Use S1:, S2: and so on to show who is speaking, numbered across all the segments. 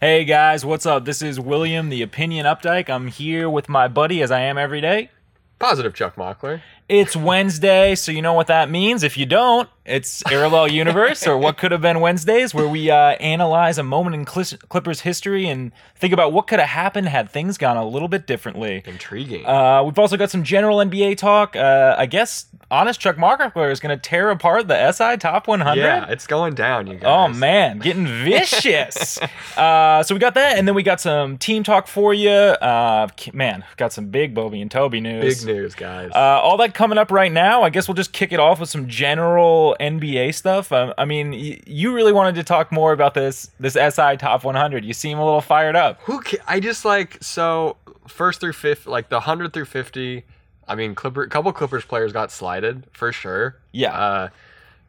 S1: Hey guys, what's up? This is William, the Opinion Updike. I'm here with my buddy, as I am every day.
S2: Positive Chuck Mockler.
S1: It's Wednesday, so you know what that means. If you don't, it's Parallel Universe or What Could Have Been Wednesdays, where we uh, analyze a moment in Clis- Clippers history and think about what could have happened had things gone a little bit differently.
S2: Intriguing.
S1: Uh, we've also got some general NBA talk. Uh, I guess honest Chuck Markiplier is going to tear apart the SI Top 100.
S2: yeah, it's going down, you guys.
S1: Oh man, getting vicious. uh, so we got that, and then we got some team talk for you. Uh, k- man, got some big Bobby and Toby news.
S2: Big news, guys.
S1: Uh, all that coming up right now. I guess we'll just kick it off with some general NBA stuff. Um, I mean, y- you really wanted to talk more about this this SI Top 100. You seem a little fired up.
S2: Who ca- I just like so first through fifth, like the hundred through fifty. I mean, Clipper, couple Clippers players got slided for sure.
S1: Yeah.
S2: Uh,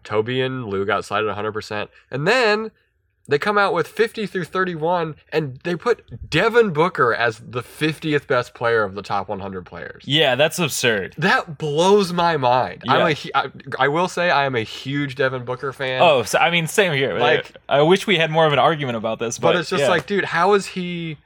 S2: Toby and Lou got slided one hundred percent, and then they come out with fifty through thirty-one, and they put Devin Booker as the fiftieth best player of the top one hundred players.
S1: Yeah, that's absurd.
S2: That blows my mind. I'm
S1: Yeah.
S2: a, hu- I, I will say I am a huge Devin Booker fan.
S1: Oh, so, I mean, same here.
S2: Like-
S1: I wish we had more of an argument about this, but,
S2: But, it's just
S1: yeah.
S2: like, dude, how is he?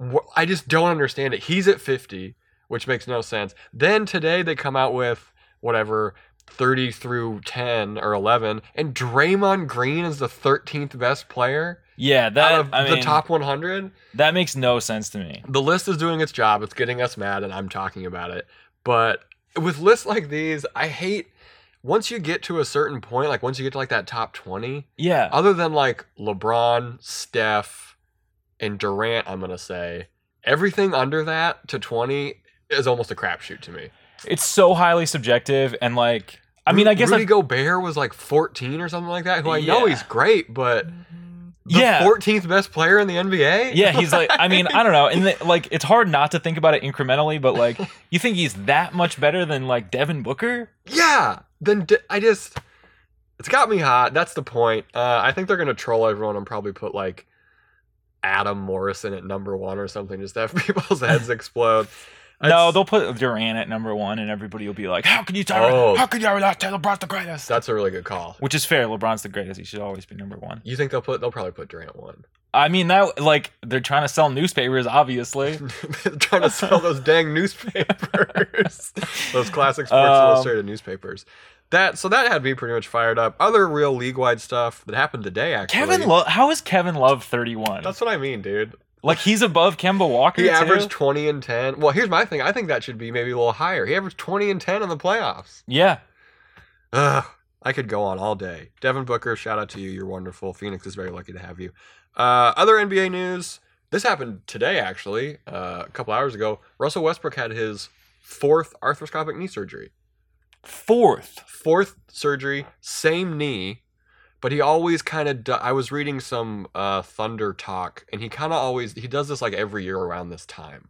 S2: wh- I just don't understand it. He's at 50, which makes no sense. Then today they come out with whatever 30 through 10 or 11, and Draymond Green is the 13th best player
S1: yeah, that
S2: out of
S1: I
S2: the
S1: mean,
S2: top 100.
S1: that makes no sense to me.
S2: The list is doing its job. It's getting us mad, and I'm talking about it. But with lists like these, I hate. Once you get to a certain point, like once you get to like that top 20,
S1: Yeah.
S2: other than like LeBron, Steph, and Durant, I'm gonna say everything under that to 20 is almost a crapshoot to me.
S1: It's so highly subjective, and like, I mean, I guess,
S2: Rudy
S1: I,
S2: Gobert was like 14 or something like that. Who I know
S1: Yeah.
S2: he's great, but the
S1: Yeah.
S2: 14th best player in the NBA.
S1: yeah, he's like, I mean, I don't know, and the, like, it's hard not to think about it incrementally, but like, you think he's that much better than like Devin Booker?
S2: yeah. Then d- I just it's got me hot. That's the point. Uh, I think they're gonna troll everyone and probably put like Adam Morrison at number one or something just to have people's heads explode.
S1: no,
S2: It's-
S1: they'll put Durant at number one, and everybody will be like, how can you tell?
S2: Oh.
S1: How can you not tell LeBron's the greatest?
S2: that's a really good call.
S1: Which is fair. LeBron's the greatest. He should always be number one.
S2: You think they'll put? They'll probably put Durant one.
S1: I mean, that like they're trying to sell newspapers, obviously.
S2: Trying to sell those dang newspapers, those classic Sports
S1: Um,
S2: Illustrated newspapers. That so that had me pretty much fired up. Other real league wide stuff that happened today. Actually,
S1: Kevin Love, how is Kevin Love 31?
S2: That's what I mean, dude.
S1: Like he's above Kemba Walker.
S2: He
S1: too?
S2: averaged twenty and ten. Well, here's my thing. I think that should be maybe a little higher. He averaged twenty and ten in the playoffs.
S1: Yeah,
S2: Ugh, I could go on all day. Devin Booker, shout out to you. You're wonderful. Phoenix is very lucky to have you. Uh, other NBA news. This happened today, actually, uh, a couple hours ago. Russell Westbrook had his fourth arthroscopic knee surgery.
S1: fourth.
S2: Fourth surgery, same knee, but he always kind of. Do- I was reading some uh, Thunder talk, and he kind of always he does this like every year around this time.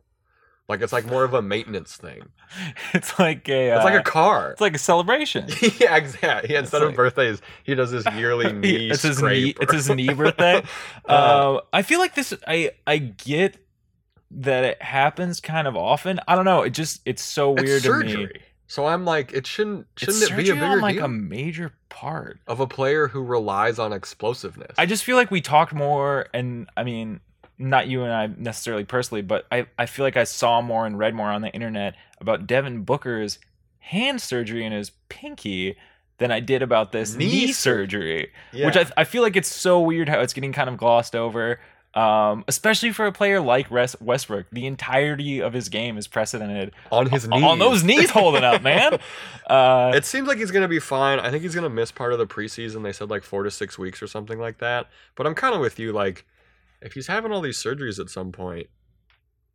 S2: Like it's like more of a maintenance thing.
S1: It's like a.
S2: It's
S1: uh,
S2: like a car.
S1: It's like a celebration.
S2: yeah, exactly. Yeah, instead
S1: It's
S2: of
S1: like-
S2: birthdays, he does his yearly knee
S1: it's his knee.
S2: scrape.
S1: It's his knee birthday.
S2: Uh,
S1: uh, I feel like this. I I get that it happens kind of often. I don't know. It just it's so
S2: it's
S1: weird to
S2: surgery.
S1: me.
S2: So I'm like, it shouldn't shouldn't
S1: it's
S2: it be a
S1: surgery on
S2: bigger
S1: like
S2: deal
S1: a major part.
S2: of a player who relies on explosiveness?
S1: I just feel like we talked more, and I mean, not you and I necessarily personally, but I I feel like I saw more and read more on the internet about Devin Booker's hand surgery in his pinky than I did about this
S2: Knee
S1: knee,
S2: sur-
S1: surgery.
S2: yeah.
S1: which I, I feel like it's so weird how it's getting kind of glossed over. Um, especially for a player like Res- Westbrook, the entirety of his game is precedented
S2: on his knees.
S1: on those knees holding up, man. Uh,
S2: It seems like he's gonna be fine. I think he's gonna miss part of the preseason. They said like four to six weeks or something like that. But I'm kind of with you. Like, if he's having all these surgeries at some point,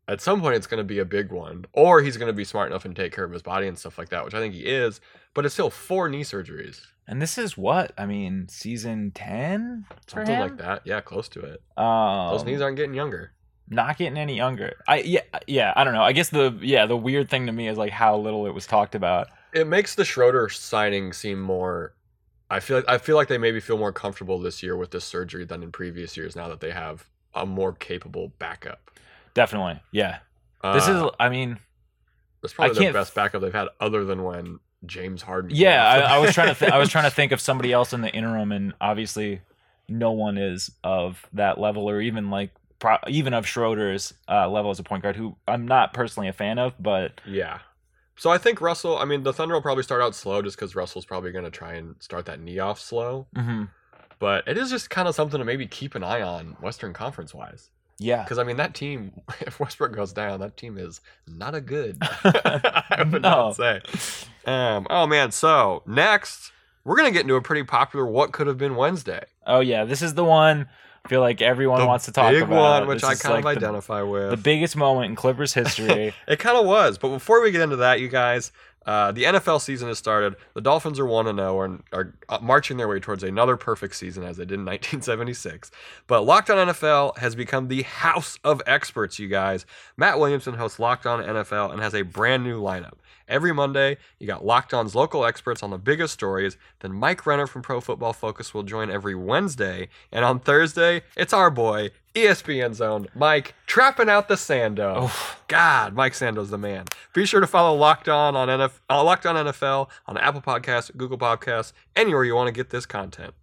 S2: at some point it's gonna be a big one, or he's gonna be smart enough and take care of his body and stuff like that, which I think he is. But it's still four knee surgeries,
S1: and this is what I mean, season ten, for
S2: something like
S1: him?
S2: that. Yeah, close to it.
S1: Um,
S2: Those knees aren't getting younger.
S1: not getting any younger. I yeah yeah I don't know. I guess the yeah the weird thing to me is like how little it was talked about.
S2: It makes the Schroeder signing seem more. I feel like I feel like they maybe feel more comfortable this year with this surgery than in previous years. Now that they have a more capable backup.
S1: Definitely, yeah. This
S2: Uh,
S1: is I mean
S2: That's probably the
S1: can't-
S2: best backup they've had, other than when James Harden.
S1: Yeah,
S2: came off the
S1: I, I was
S2: bench.
S1: trying to th- I was trying to think of somebody else in the interim, and obviously no one is of that level or even like pro- even of Schroeder's uh, level as a point guard, who I'm not personally a fan of, but
S2: Yeah. So I think Russell, I mean, the Thunder will probably start out slow just because Russell's probably going to try and start that knee off slow.
S1: mhm.
S2: But it is just kind of something to maybe keep an eye on Western Conference wise.
S1: yeah,
S2: Because, I mean, that team, if Westbrook goes down, that team is not a good. I would
S1: No.
S2: not say. Um, oh, man. So next, we're going to get into a pretty popular What Could Have Been Wednesday.
S1: oh yeah, this is the one. I feel like everyone
S2: The
S1: wants to talk
S2: big
S1: about
S2: one, which
S1: This
S2: I
S1: is,
S2: kind
S1: like,
S2: of
S1: the-
S2: identify with.
S1: the biggest moment in Clippers history.
S2: It kind of was. But before we get into that, you guys, uh, the NFL season has started. The Dolphins are 1 0 and are uh, marching their way towards another perfect season as they did in 1976. But Locked On NFL has become the house of experts, you guys. Matt Williamson hosts Locked On NFL and has a brand new lineup. Every Monday, you got Locked On's local experts on the biggest stories. Then Mike Renner from Pro Football Focus will join every Wednesday. And on Thursday, it's our boy, E ESPN Zone, Mike, trapping out the Sando.
S1: Oof.
S2: God, Mike Sando's the man. Be sure to follow Locked On on NF, uh, Locked On NFL on Apple Podcasts, Google Podcasts, anywhere you want to get this content.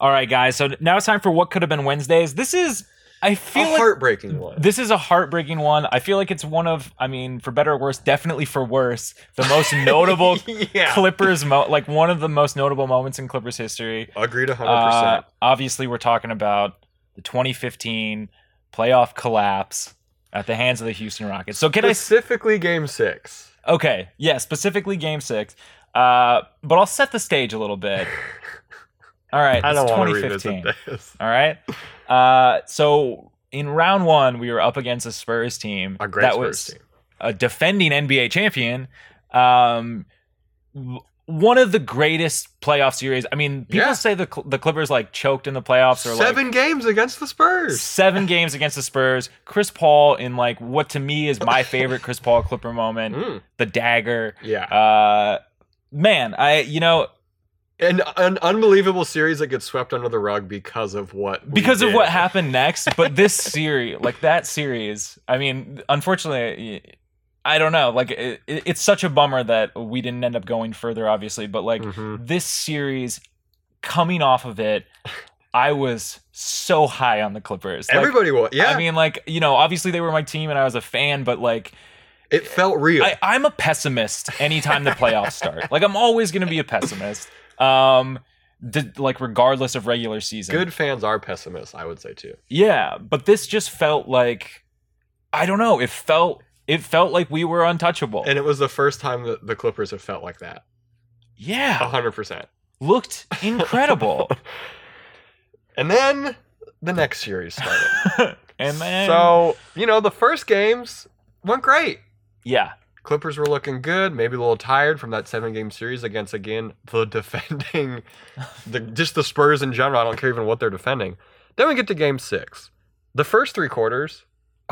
S1: All right, guys. So now it's time for what could have been Wednesdays. This is I
S2: A
S1: feel like
S2: heartbreaking one.
S1: this is a heartbreaking one. I feel like it's one of I mean, for better or worse, definitely for worse, the most notable
S2: yeah,
S1: Clippers mo- like one of the most notable moments in Clippers history.
S2: agreed hundred
S1: Uh,
S2: percent.
S1: obviously, we're talking about the 2015 playoff collapse at the hands of the Houston Rockets. So can I
S2: Specifically, Game Six.
S1: Okay, yeah, specifically Game Six, uh, but I'll set the stage a little bit. All right,
S2: I don't
S1: it's
S2: want to
S1: 2015.
S2: revisit this.
S1: All right, uh, so in round one, we were up against a Spurs team
S2: A great
S1: that
S2: Spurs
S1: was
S2: team.
S1: a defending NBA champion. Um, w- one of the greatest playoff series. I mean, people
S2: Yeah.
S1: say the Cl- the Clippers like choked in the playoffs or like
S2: Seven games against the Spurs.
S1: seven games against the Spurs. Chris Paul in like what to me is my favorite Chris Paul Clipper moment,
S2: Mm,
S1: the dagger
S2: yeah,
S1: uh man i you know
S2: an, an unbelievable series that gets swept under the rug because of what we
S1: because of
S2: did.
S1: what happened next but this series like that series i mean unfortunately i don't know like it, it- it's such a bummer that we didn't end up going further obviously but like
S2: Mhm.
S1: this series coming off of it i was so high on the clippers like,
S2: Everybody will. Yeah,
S1: i mean like you know obviously they were my team and i was a fan but like
S2: it felt real.
S1: I, I'm a pessimist anytime the playoffs start. Like I'm always going to be a pessimist. Um, d- like regardless of regular season.
S2: Good fans are pessimists, I would say too.
S1: Yeah, but this just felt like I don't know. It felt it felt like we were untouchable.
S2: And it was the first time that the Clippers have felt like that.
S1: yeah,
S2: 100%.
S1: looked incredible.
S2: And then the next series started.
S1: and then
S2: So, you know, the first games went great.
S1: yeah,
S2: Clippers were looking good, maybe a little tired from that seven game series against, again, the defending, the just the Spurs in general. I don't care even what they're defending. Then we get to game six. The first three quarters,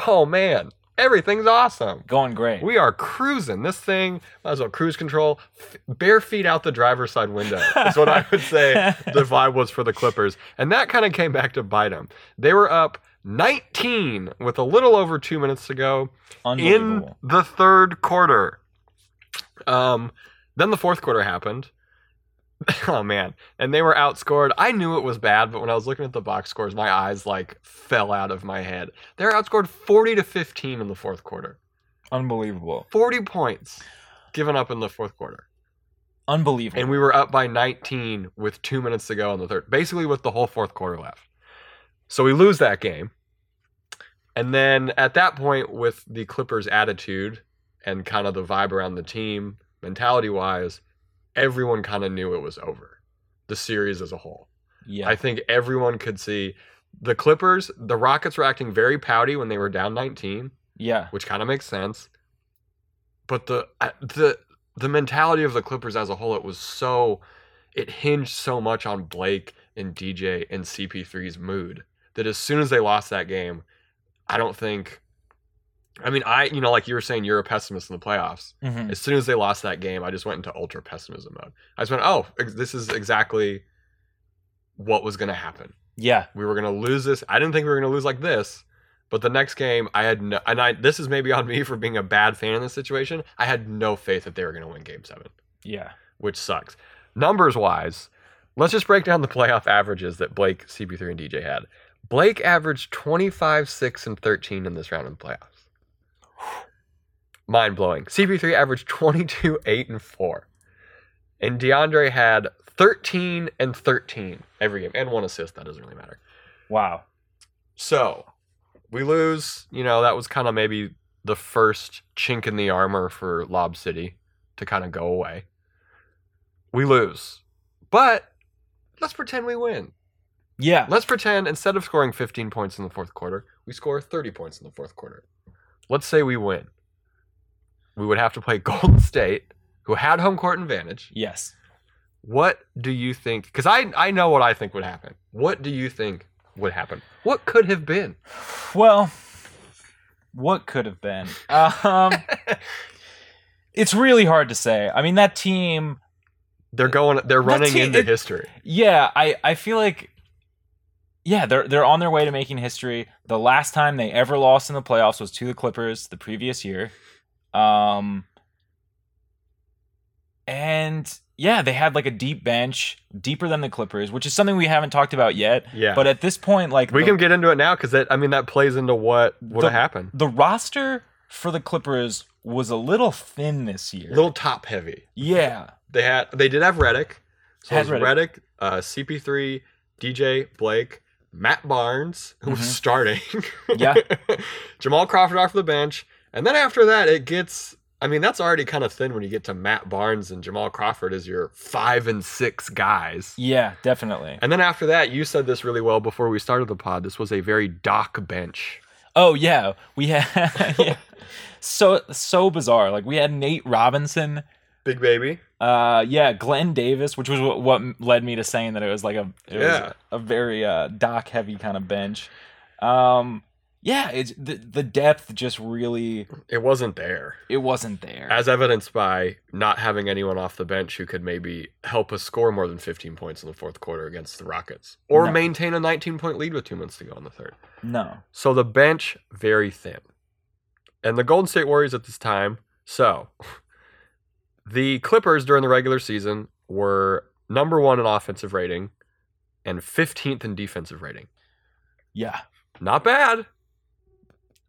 S2: oh man, everything's awesome.
S1: going great.
S2: We are cruising. This thing, might as well cruise control, f- bare feet out the driver's side window. That's what I would say the vibe was for the Clippers. And that kind of came back to bite them. They were up 19 with a little over two minutes to go in
S1: Unbelievable.
S2: the third quarter. Um, then the fourth quarter happened. Oh man, and they were outscored. I knew it was bad, but when I was looking at the box scores, my eyes like fell out of my head. They're outscored 40 to 15 in the fourth quarter.
S1: Unbelievable.
S2: 40 points given up in the fourth quarter.
S1: Unbelievable.
S2: And we were up by 19 with two minutes to go in the third, basically with the whole fourth quarter left. So we lose that game. And then at that point, with the Clippers' attitude and kind of the vibe around the team, mentality wise, everyone kind of knew it was over, the series as a whole.
S1: yeah.
S2: I think everyone could see the Clippers, the Rockets were acting very pouty when they were down 19
S1: yeah.
S2: which kind of makes sense. But the I- the the mentality of the Clippers as a whole, it was so it hinged so much on Blake and DJ and CP3's mood that as soon as they lost that game, I don't think. I mean, I you know, like you were saying, you're a pessimist in the playoffs.
S1: Mhm.
S2: As soon as they lost that game, I just went into ultra pessimism mode. I just went, oh, ex- this is exactly what was going to happen
S1: Yeah.
S2: we were going to lose this. I didn't think we were going to lose like this. But the next game, I had no, and I this is maybe on me for being a bad fan in this situation. I had no faith that they were going to win Game Seven,
S1: Yeah.
S2: which sucks. Numbers wise, Let's just break down the playoff averages that Blake, CP3, and DJ had. Blake averaged 25, 6, and 13 in this round of the playoffs. Mind blowing. CP3 averaged 22, 8, and 4. And DeAndre had 13 and 13 every game and one assist. That doesn't really matter.
S1: Wow.
S2: So we lose. You know, that was kind of maybe the first chink in the armor for Lob City to kind of go away. We lose. But let's pretend we win.
S1: Yeah.
S2: Let's pretend instead of scoring 15 points in the fourth quarter, we score 30 points in the fourth quarter. Let's say we win. We would have to play Golden State, who had home court advantage.
S1: Yes.
S2: What do you think? Because I, I know what I think would happen. What do you think would happen? What could have been?
S1: Well, what could have been? Um, it's really hard to say. I mean, that team.
S2: They're going. They're running
S1: team-
S2: into
S1: it-
S2: history.
S1: Yeah, I, I feel like. Yeah, they're they're on their way to making history. The last time they ever lost in the playoffs was to the Clippers the previous year. Um. And yeah, they had like a deep bench, deeper than the Clippers, which is something we haven't talked about yet.
S2: Yeah.
S1: But at this point, like
S2: we
S1: the-
S2: can get into it now because that. I mean, that plays into what would
S1: The-
S2: have happened.
S1: the roster for the Clippers was a little thin this year.
S2: Little top heavy.
S1: yeah.
S2: They had. They did have Reddick. So
S1: Had
S2: it was Reddick, uh, CP3, DJ Blake, Matt Barnes, who
S1: Mhm.
S2: was starting.
S1: Yeah.
S2: Jamal Crawford off the bench, and then after that, it gets. I mean, that's already kind of thin when you get to Matt Barnes and Jamal Crawford as your five and six guys.
S1: Yeah, definitely.
S2: And then after that, you said this really well before we started the pod. This was a very dock bench.
S1: Oh yeah, we had yeah. so so bizarre. Like we had Nate Robinson,
S2: Big baby.
S1: uh, yeah, Glenn Davis, which was what, what led me to saying that it was like a it
S2: Yeah.
S1: was a very uh, doc heavy kind of bench. Um, yeah, it's the the depth just really
S2: It wasn't there.
S1: it wasn't there.
S2: As evidenced by not having anyone off the bench who could maybe help us score more than 15 points in the fourth quarter against the Rockets or
S1: No.
S2: maintain a 19 point lead with two minutes to go in the third.
S1: no,
S2: So the bench, very thin. And the Golden State Warriors at this time. So the Clippers during the regular season were number one in offensive rating and 15th in defensive rating.
S1: yeah,
S2: Not bad.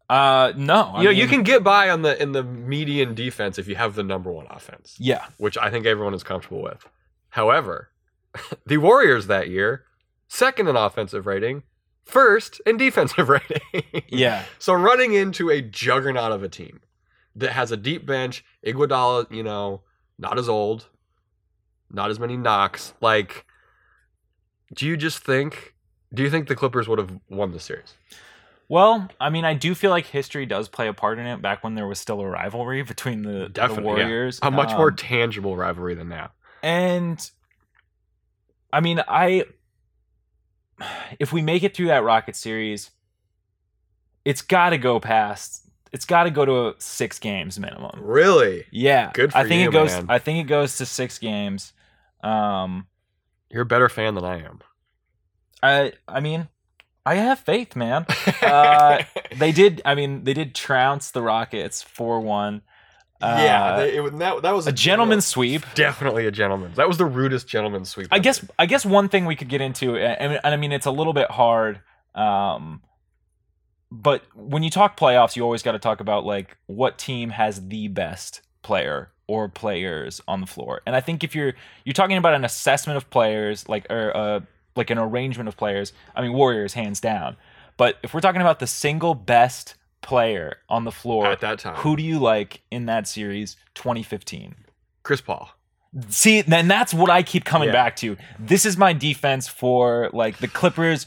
S1: uh, no. I
S2: you know, you
S1: mean,
S2: can get by on the in the median defense if you have the number one offense,
S1: yeah,
S2: which I think everyone is comfortable with. However, the Warriors that year, second in offensive rating, first in defensive rating.
S1: yeah,
S2: So running into a juggernaut of a team that has a deep bench, Iguodala, you know, not as old, not as many knocks. Like, do you just think? Do you think the Clippers would have won the series?
S1: Well, I mean, I do feel like history does play a part in it. Back when there was still a rivalry between the, the
S2: Definitely, yeah.
S1: Warriors,
S2: A much more
S1: Um,
S2: tangible rivalry than now.
S1: and I mean, I if we make it through that Rocket series, it's got to go past. It's got to go to six games minimum.
S2: Really,
S1: Yeah,
S2: Good
S1: I
S2: for
S1: think
S2: you,
S1: it goes.
S2: man.
S1: I think it goes to six games. Um,
S2: you're a better fan than I am.
S1: I I mean, I have faith, man. Uh, They did. I mean, they did trounce the Rockets four one.
S2: yeah, they, it, was- that, that was
S1: a gentleman's sweep.
S2: Uh, Definitely a gentleman's. That was the rudest gentleman's sweep.
S1: I
S2: ever.
S1: guess I guess one thing we could get into, and, and I mean it's a little bit hard, um, but when you talk playoffs, you always got to talk about like what team has the best player or players on the floor. And I think if you're you're talking about an assessment of players, like or uh, like an arrangement of players, I mean Warriors hands down. But if we're talking about the single best player on the floor,
S2: at that time,
S1: who do you like in that series 2015?
S2: Chris Paul.
S1: See, then that's what I keep coming
S2: Yeah.
S1: back to. This is my defense for like the Clippers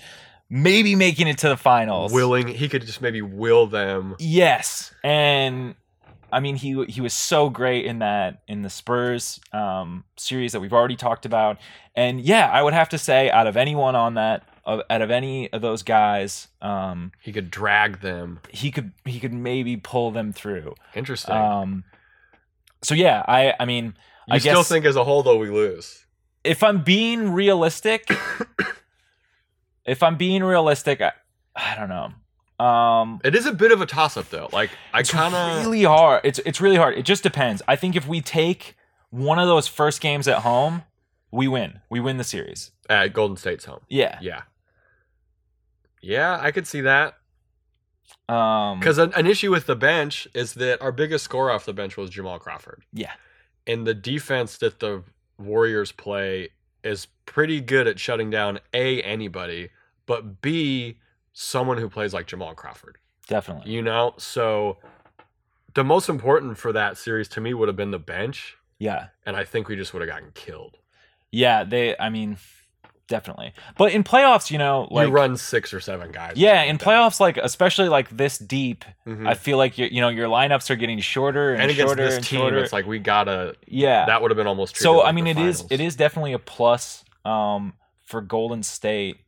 S1: maybe making it to the finals.
S2: willing he could just maybe will them
S1: Yes. And I mean he he was so great in that in the Spurs um, series that we've already talked about. And yeah, I would have to say out of anyone on that of, out of any of those guys, um,
S2: he could drag them
S1: he could he could maybe pull them through.
S2: interesting
S1: Um, so yeah, I I mean
S2: you
S1: I
S2: still
S1: guess-
S2: think as a whole though we lose
S1: if I'm being realistic, if I'm being realistic, I, I don't know. Um,
S2: it is a bit of a toss up though like i
S1: it's
S2: kind of
S1: really hard. It's it's really hard. It just depends. I think if we take one of those first games at home, we win. We win the series.
S2: At Golden State's home.
S1: Yeah.
S2: Yeah. Yeah, I could see that.
S1: Um,
S2: Because an, an issue with the bench is that our biggest scorer off the bench was Jamal Crawford.
S1: Yeah.
S2: And the defense that the Warriors play is pretty good at shutting down A, anybody, but B, someone who plays like Jamal Crawford.
S1: definitely.
S2: You know? So the most important for that series to me would have been the bench.
S1: yeah.
S2: And I think we just would have gotten killed.
S1: Yeah. They. I mean, definitely. But in playoffs, you know, like
S2: you run six or seven guys.
S1: yeah, in playoffs, like especially like this deep,
S2: Mhm.
S1: I feel like your you know your lineups are getting shorter and,
S2: and against
S1: shorter
S2: this
S1: and
S2: team,
S1: shorter.
S2: it's like we gotta.
S1: yeah.
S2: That would have been almost.
S1: so
S2: treated like
S1: I mean,
S2: the
S1: it is
S2: finals.
S1: it is definitely a plus um, for Golden State.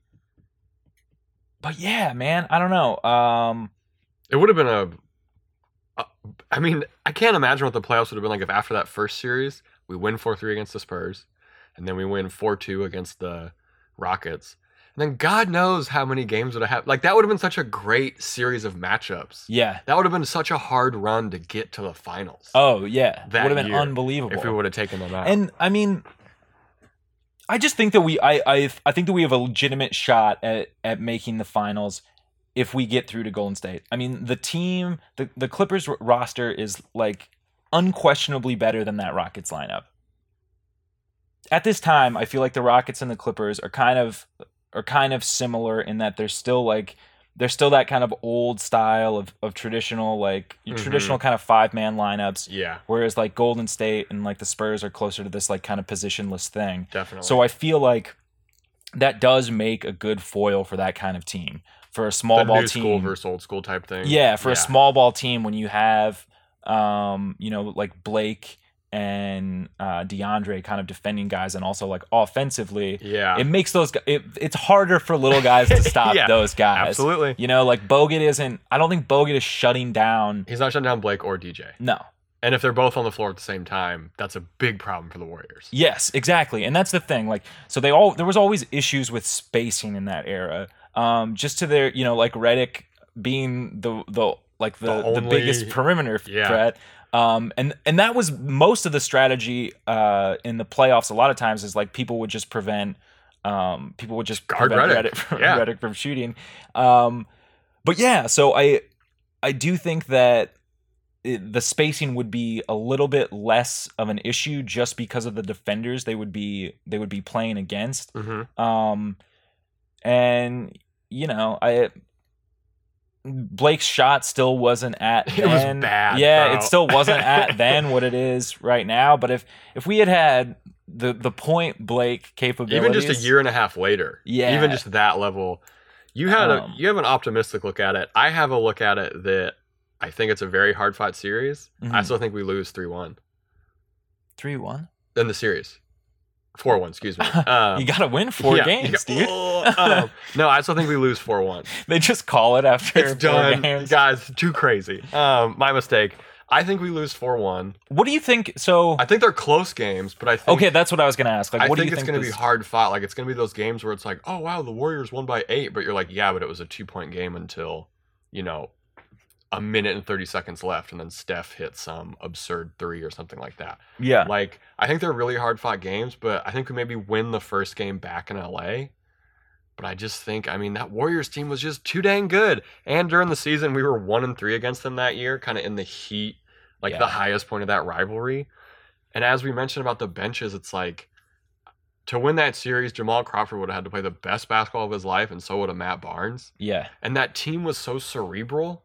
S1: But yeah, man, I don't know. Um,
S2: It would have been a. a- I mean, I can't imagine what the playoffs would have been like if after that first series we win four three against the Spurs, and then we win four two against the Rockets, and then God knows how many games would have happened. Like that would have been such a great series of matchups.
S1: yeah.
S2: That would have been such a hard run to get to the finals.
S1: Oh yeah,
S2: That
S1: would have been
S2: year,
S1: unbelievable.
S2: if we would have taken them out.
S1: and I mean, I just think that we, I, I, I think that we have a legitimate shot at at making the finals if we get through to Golden State. I mean, the team, the the Clippers r- roster is like unquestionably better than that Rockets lineup. At this time, I feel like the Rockets and the Clippers are kind of are kind of similar in that they're still like they're still that kind of old style of, of traditional like
S2: Mhm.
S1: traditional kind of five man lineups
S2: yeah,
S1: Whereas like Golden State and like the Spurs are closer to this like kind of positionless thing.
S2: definitely.
S1: So I feel like that does make a good foil for that kind of team. For a small
S2: the
S1: ball
S2: new
S1: team.
S2: school versus old school type thing.
S1: yeah, for a
S2: Yeah.
S1: small ball team when you have um, you know, like Blake and uh DeAndre kind of defending guys and also like offensively,
S2: Yeah.
S1: it makes those gu- it, it's harder for little guys to stop
S2: Yeah,
S1: those guys.
S2: Absolutely.
S1: You know, like Bogut isn't I don't think Bogut is shutting down
S2: He's not shutting down Blake or DJ.
S1: no.
S2: And if they're both on the floor at the same time, that's a big problem for the Warriors.
S1: Yes, exactly, and that's the thing. Like, so they all there was always issues with spacing in that era. Um, just to their, you know, like Reddick being the the like the
S2: The
S1: the,
S2: only-
S1: biggest perimeter f-
S2: Yeah.
S1: threat. Um, and and that was most of the strategy uh, in the playoffs. A lot of times is like people would just prevent um, people would just
S2: Guard
S1: prevent
S2: Reddick.
S1: Reddick from,
S2: Yeah.
S1: Reddick from shooting. Um, but yeah, so I I do think that it, the spacing would be a little bit less of an issue just because of the defenders they would be they would be playing against.
S2: Mm-hmm.
S1: Um, and you know, I Blake's shot still wasn't at
S2: It was
S1: then.
S2: bad,
S1: Yeah,
S2: bro.
S1: it still wasn't at then what it is right now. But if if we had had the the point Blake capabilities,
S2: Even just a year and a half later.
S1: Yeah.
S2: Even just that level. You had
S1: Um,
S2: a you have an optimistic look at it. I have a look at it that I think it's a very hard fought series. I
S1: Mhm.
S2: still think we lose three one
S1: three one,
S2: in the series. Four one, excuse me. Um,
S1: you got to win four
S2: yeah, you
S1: games,
S2: got-
S1: dude.
S2: Oh, um, no, I still think we lose four one.
S1: They just call it after
S2: It's
S1: four
S2: done,
S1: games.
S2: guys. Too crazy. Um, my mistake. I think we lose four one.
S1: What do you think? So
S2: I think they're close games, but I think
S1: okay, that's what I was gonna ask. Like,
S2: I
S1: what do
S2: think
S1: you
S2: it's
S1: think?
S2: going to be
S1: this-
S2: hard fought. Like it's going to be those games where it's like, oh wow, the Warriors won by eight, but you're like, yeah, but it was a two point game until you know a minute and thirty seconds left, and then Steph hit some absurd three or something like that.
S1: Yeah,
S2: Like I think they're really hard fought games, but I think we maybe win the first game back in LA. But I just think, I mean, that Warriors team was just too dang good. And during the season, we were one and three against them that year, kind of in the heat, like
S1: Yeah.
S2: the highest point of that rivalry. And as we mentioned about the benches, it's like to win that series, Jamal Crawford would have had to play the best basketball of his life, and so would have Matt Barnes.
S1: yeah,
S2: And that team was so cerebral,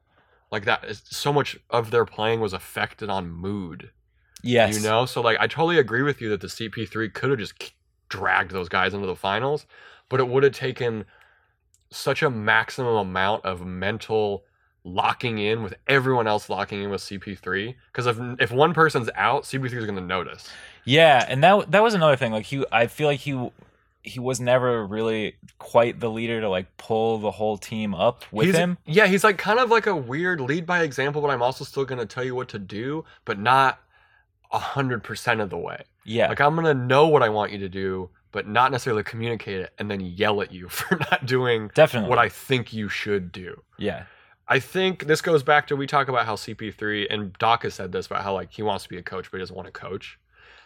S2: like that. is- So much of their playing was affected on mood.
S1: yes.
S2: You know, so like I totally agree with you that the CP3 could have just k- dragged those guys into the finals, but it would have taken such a maximum amount of mental locking in with everyone else locking in with CP3 because if if one person's out, CP3 is going to notice.
S1: yeah, and that that was another thing. Like, he, I feel like he he was never really quite the leader to like pull the whole team up with
S2: He's-
S1: him.
S2: Yeah, he's like kind of like a weird lead by example, but I'm also still going to tell you what to do, but not 100% of the way.
S1: Yeah,
S2: Like I'm gonna know what I want you to do, but not necessarily communicate it, and then yell at you for not doing
S1: definitely.
S2: what I think you should do.
S1: yeah,
S2: I think this goes back to we talk about how CP3 and Doc has said this about how like he wants to be a coach, but he doesn't want to coach.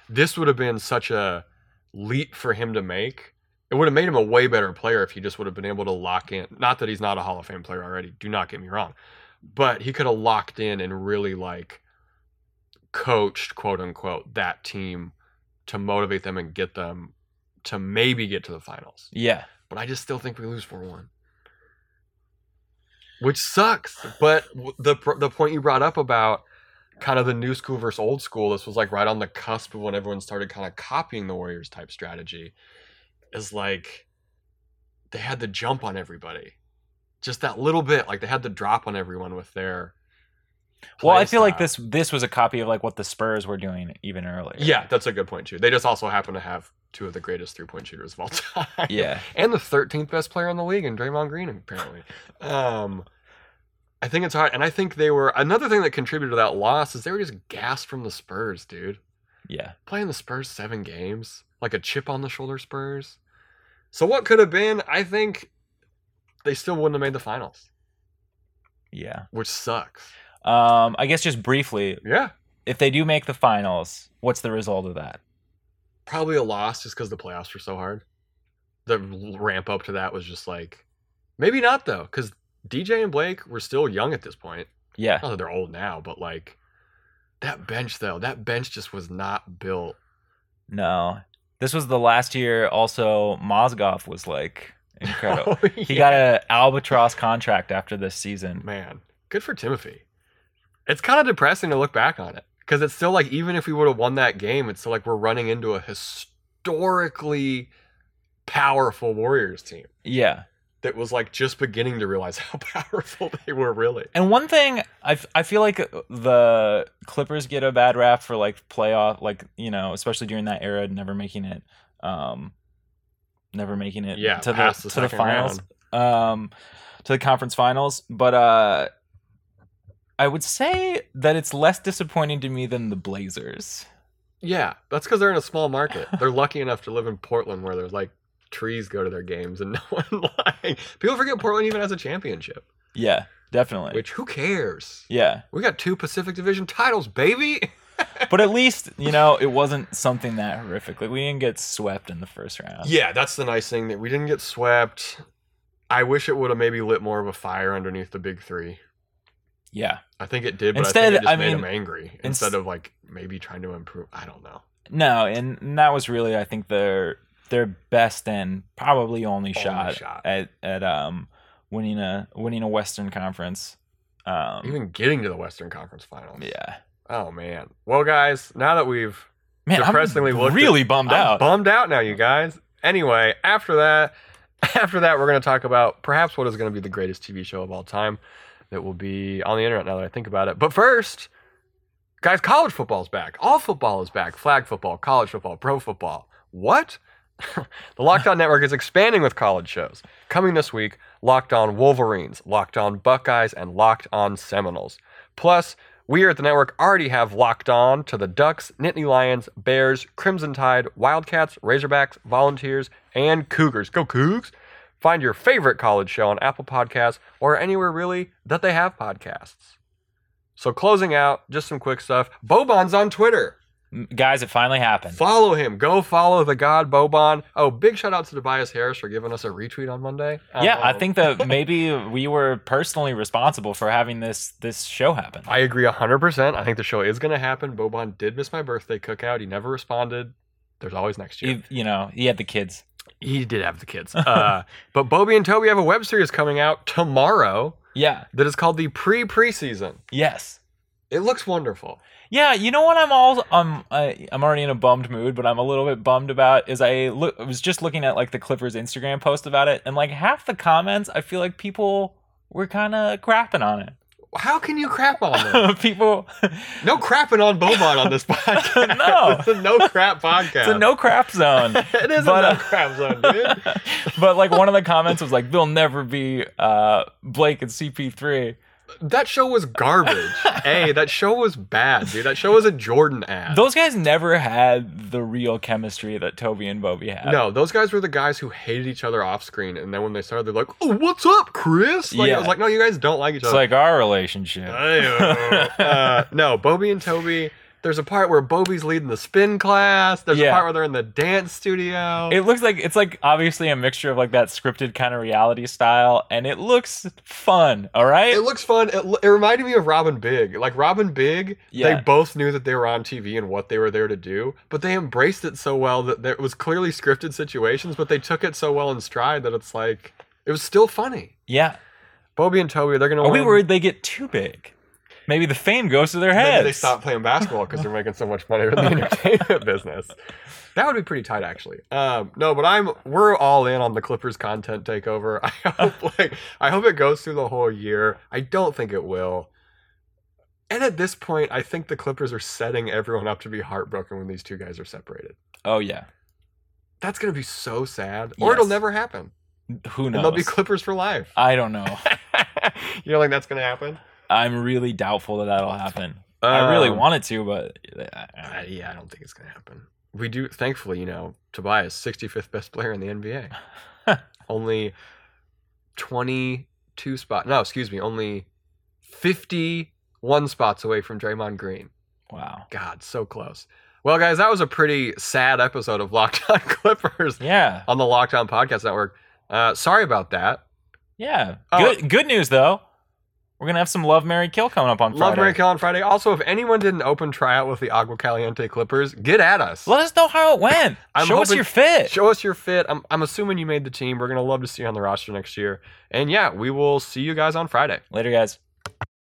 S2: This would have been such a leap for him to make. It would have made him a way better player if he just would have been able to lock in. Not that he's not a Hall of Fame player already. Do not get me wrong, but he could have locked in and really like coached quote unquote that team to motivate them and get them to maybe get to the finals.
S1: Yeah.
S2: But I just still think we lose four one, which sucks. But w- the pr- the point you brought up about kind of the new school versus old school, this was like right on the cusp of when everyone started kind of copying the Warriors type strategy, is like they had the jump on everybody, just that little bit. Like they had the drop on everyone with their.
S1: Well,
S2: play
S1: I feel like
S2: style.
S1: this this was a copy of like what the Spurs were doing even earlier.
S2: Yeah, that's a good point too. They just also happen to have two of the greatest three point shooters of all time.
S1: Yeah.
S2: and the 13th best player in the league, and Draymond Green apparently. um, I think it's hard, and I think they were another thing that contributed to that loss is they were just gassed from the Spurs, dude.
S1: Yeah.
S2: Playing the Spurs seven games, like a chip on the shoulder Spurs. So what could have been? I think they still wouldn't have made the finals,
S1: Yeah.
S2: which sucks.
S1: Um, I guess just briefly,
S2: Yeah,
S1: if they do make the finals, what's the result of that?
S2: probably a loss just because the playoffs were so hard. The ramp up to that was just like, maybe not though, because DJ and Blake were still young at this point.
S1: Yeah.
S2: not that they're old now, but like that bench though, that bench just was not built.
S1: No. This was the last year also Mozgov was like incredible.
S2: Oh,
S1: He
S2: yeah.
S1: got an albatross contract after this season.
S2: man, good for Timothy. It's kind of depressing to look back on it because it's still like even if we would have won that game, it's still like we're running into a historically powerful Warriors team
S1: Yeah.
S2: that was like just beginning to realize how powerful they were really.
S1: And one thing I, f- I feel like the Clippers get a bad rap for like playoff like you know especially during that era never making it um never making it
S2: Yeah,
S1: to the,
S2: past the
S1: to the
S2: second
S1: finals um to the conference finals but uh I would say that it's less disappointing to me than the Blazers.
S2: Yeah, that's because they're in a small market. They're lucky enough to live in Portland where there's like trees go to their games and no one like people forget Portland even has a championship.
S1: Yeah, definitely.
S2: Which who cares?
S1: yeah.
S2: We got two Pacific Division titles, baby.
S1: But at least, you know, it wasn't something that horrific. Like we didn't get swept in the first round.
S2: Yeah, that's the nice thing that we didn't get swept. I wish it would have maybe lit more of a fire underneath the big three.
S1: Yeah.
S2: I think it did, but I
S1: Instead,
S2: think it just
S1: I
S2: made
S1: mean-
S2: them angry instead of like maybe trying to improve. I don't know.
S1: No, and, and that was really I think their their best and probably only, shot,
S2: shot.
S1: at at um winning a winning a Western Conference. Um,
S2: Even getting to the Western Conference Finals.
S1: yeah,
S2: Oh man. Well, guys, now that we've
S1: man,
S2: Depressingly
S1: I'm
S2: looked
S1: really bummed
S2: I'm
S1: out.
S2: Bummed out now, you guys. Anyway, after that, after that, we're going to talk about perhaps what is going to be the greatest TV show of all time that will be on the internet. Now that I think about it, but first, guys, college football's back. All football is back. Flag football, college football, pro football. What? the Locked On Network is expanding with college shows. Coming this week, Locked On Wolverines, Locked On Buckeyes, and Locked On Seminoles. Plus, we here at the network already have locked on to the Ducks, Nittany Lions, Bears, Crimson Tide, Wildcats, Razorbacks, Volunteers, and Cougars. Go Cougs! Find your favorite college show on Apple Podcasts or anywhere really that they have podcasts. So closing out, just some quick stuff. Bobon's on Twitter.
S1: Guys, it finally happened.
S2: Follow him. Go follow the god Bobon. Oh, big shout out to Tobias Harris for giving us a retweet on Monday.
S1: yeah, I
S2: Um,
S1: think that maybe we were personally responsible for having this this show happen.
S2: I agree 100%. I think the show is going to happen. Bobon did miss my birthday cookout. He never responded. There's always next year.
S1: You, you know, he had the kids.
S2: He did have the kids. Uh, but Bobby and Toby have a web series coming out tomorrow
S1: Yeah.
S2: that is called the pre preseason.
S1: Yes.
S2: It looks wonderful.
S1: Yeah, you know what I'm all I'm I, I'm already in a bummed mood, but I'm a little bit bummed about is I look I was just looking at like the Clippers Instagram post about it, and like half the comments, I feel like people were kind of crapping on
S2: How can you crap on it?
S1: it. people,
S2: No crapping on Bobon on this podcast.
S1: No.
S2: it's a no crap podcast.
S1: it's a no crap zone.
S2: It is
S1: But,
S2: a
S1: uh,
S2: no crap zone, dude.
S1: but like one of the comments was like, "They'll never be uh, Blake and CP3."
S2: That show was garbage. hey, that show was bad, dude. That show was a Jordan ad.
S1: Those guys never had the real chemistry that Toby and Bobby had.
S2: No, those guys were the guys who hated each other off screen, and then when they started, they're like, "Oh, what's up, Chris?" Like, I
S1: Yeah.
S2: was like, "No, you guys don't like each
S1: it's
S2: other."
S1: like our relationship.
S2: Ayo. uh, no, Bobby and Toby There's a part where Bobby's leading the spin class. There's
S1: Yeah.
S2: a part where they're in the dance studio.
S1: It looks like it's like obviously a mixture of like that scripted kind of reality style, and it looks fun. All right,
S2: it looks fun. It, lo- it reminded me of Robin Big. Like Robin Big,
S1: Yeah.
S2: they both knew that they were on TV and what they were there to do, but they embraced it so well that there it was clearly scripted situations, but they took it so well in stride that it's like it was still funny.
S1: yeah.
S2: Bobby and Toby, they're gonna.
S1: Are we
S2: win.
S1: worried they get too big? Maybe the fame goes to their
S2: Maybe
S1: heads.
S2: they stop playing basketball because they're making so much money with the entertainment business. That would be pretty tight, actually. Um, no, but I'm we're all in on the Clippers content takeover. I hope like I hope it goes through the whole year. I don't think it will. And at this point, I think the Clippers are setting everyone up to be heartbroken when these two guys are separated.
S1: Oh yeah.
S2: That's gonna be so sad, or it'll
S1: Yes.
S2: never happen,
S1: Who
S2: and
S1: knows?
S2: they'll be Clippers for life.
S1: I don't know.
S2: you don't think that's gonna happen?
S1: I'm really doubtful that that'll happen. I really
S2: Um,
S1: wanted to, but
S2: Uh, yeah, I don't think it's gonna happen. We do, thankfully, you know, Tobias, 65th best player in the NBA. only 22 spots. No, excuse me, only 51 spots away from Draymond Green.
S1: wow.
S2: God, so close. Well, guys, that was a pretty sad episode of Lockdown Clippers
S1: Yeah.
S2: on the Lockdown Podcast Network. Uh, sorry about that.
S1: Yeah.
S2: Oh.
S1: Good good news though. We're gonna have some Love Mary Kill coming up on Friday.
S2: Love Mary Kill on Friday. Also, if anyone did an open tryout with the Agua Caliente Clippers, get at us.
S1: Let us know how it went.
S2: I'm
S1: Show us
S2: hoping-
S1: your fit.
S2: Show us your fit. I'm, I'm assuming you made the team. We're going to love to see you on the roster next year. And yeah, we will see you guys on Friday.
S1: Later guys.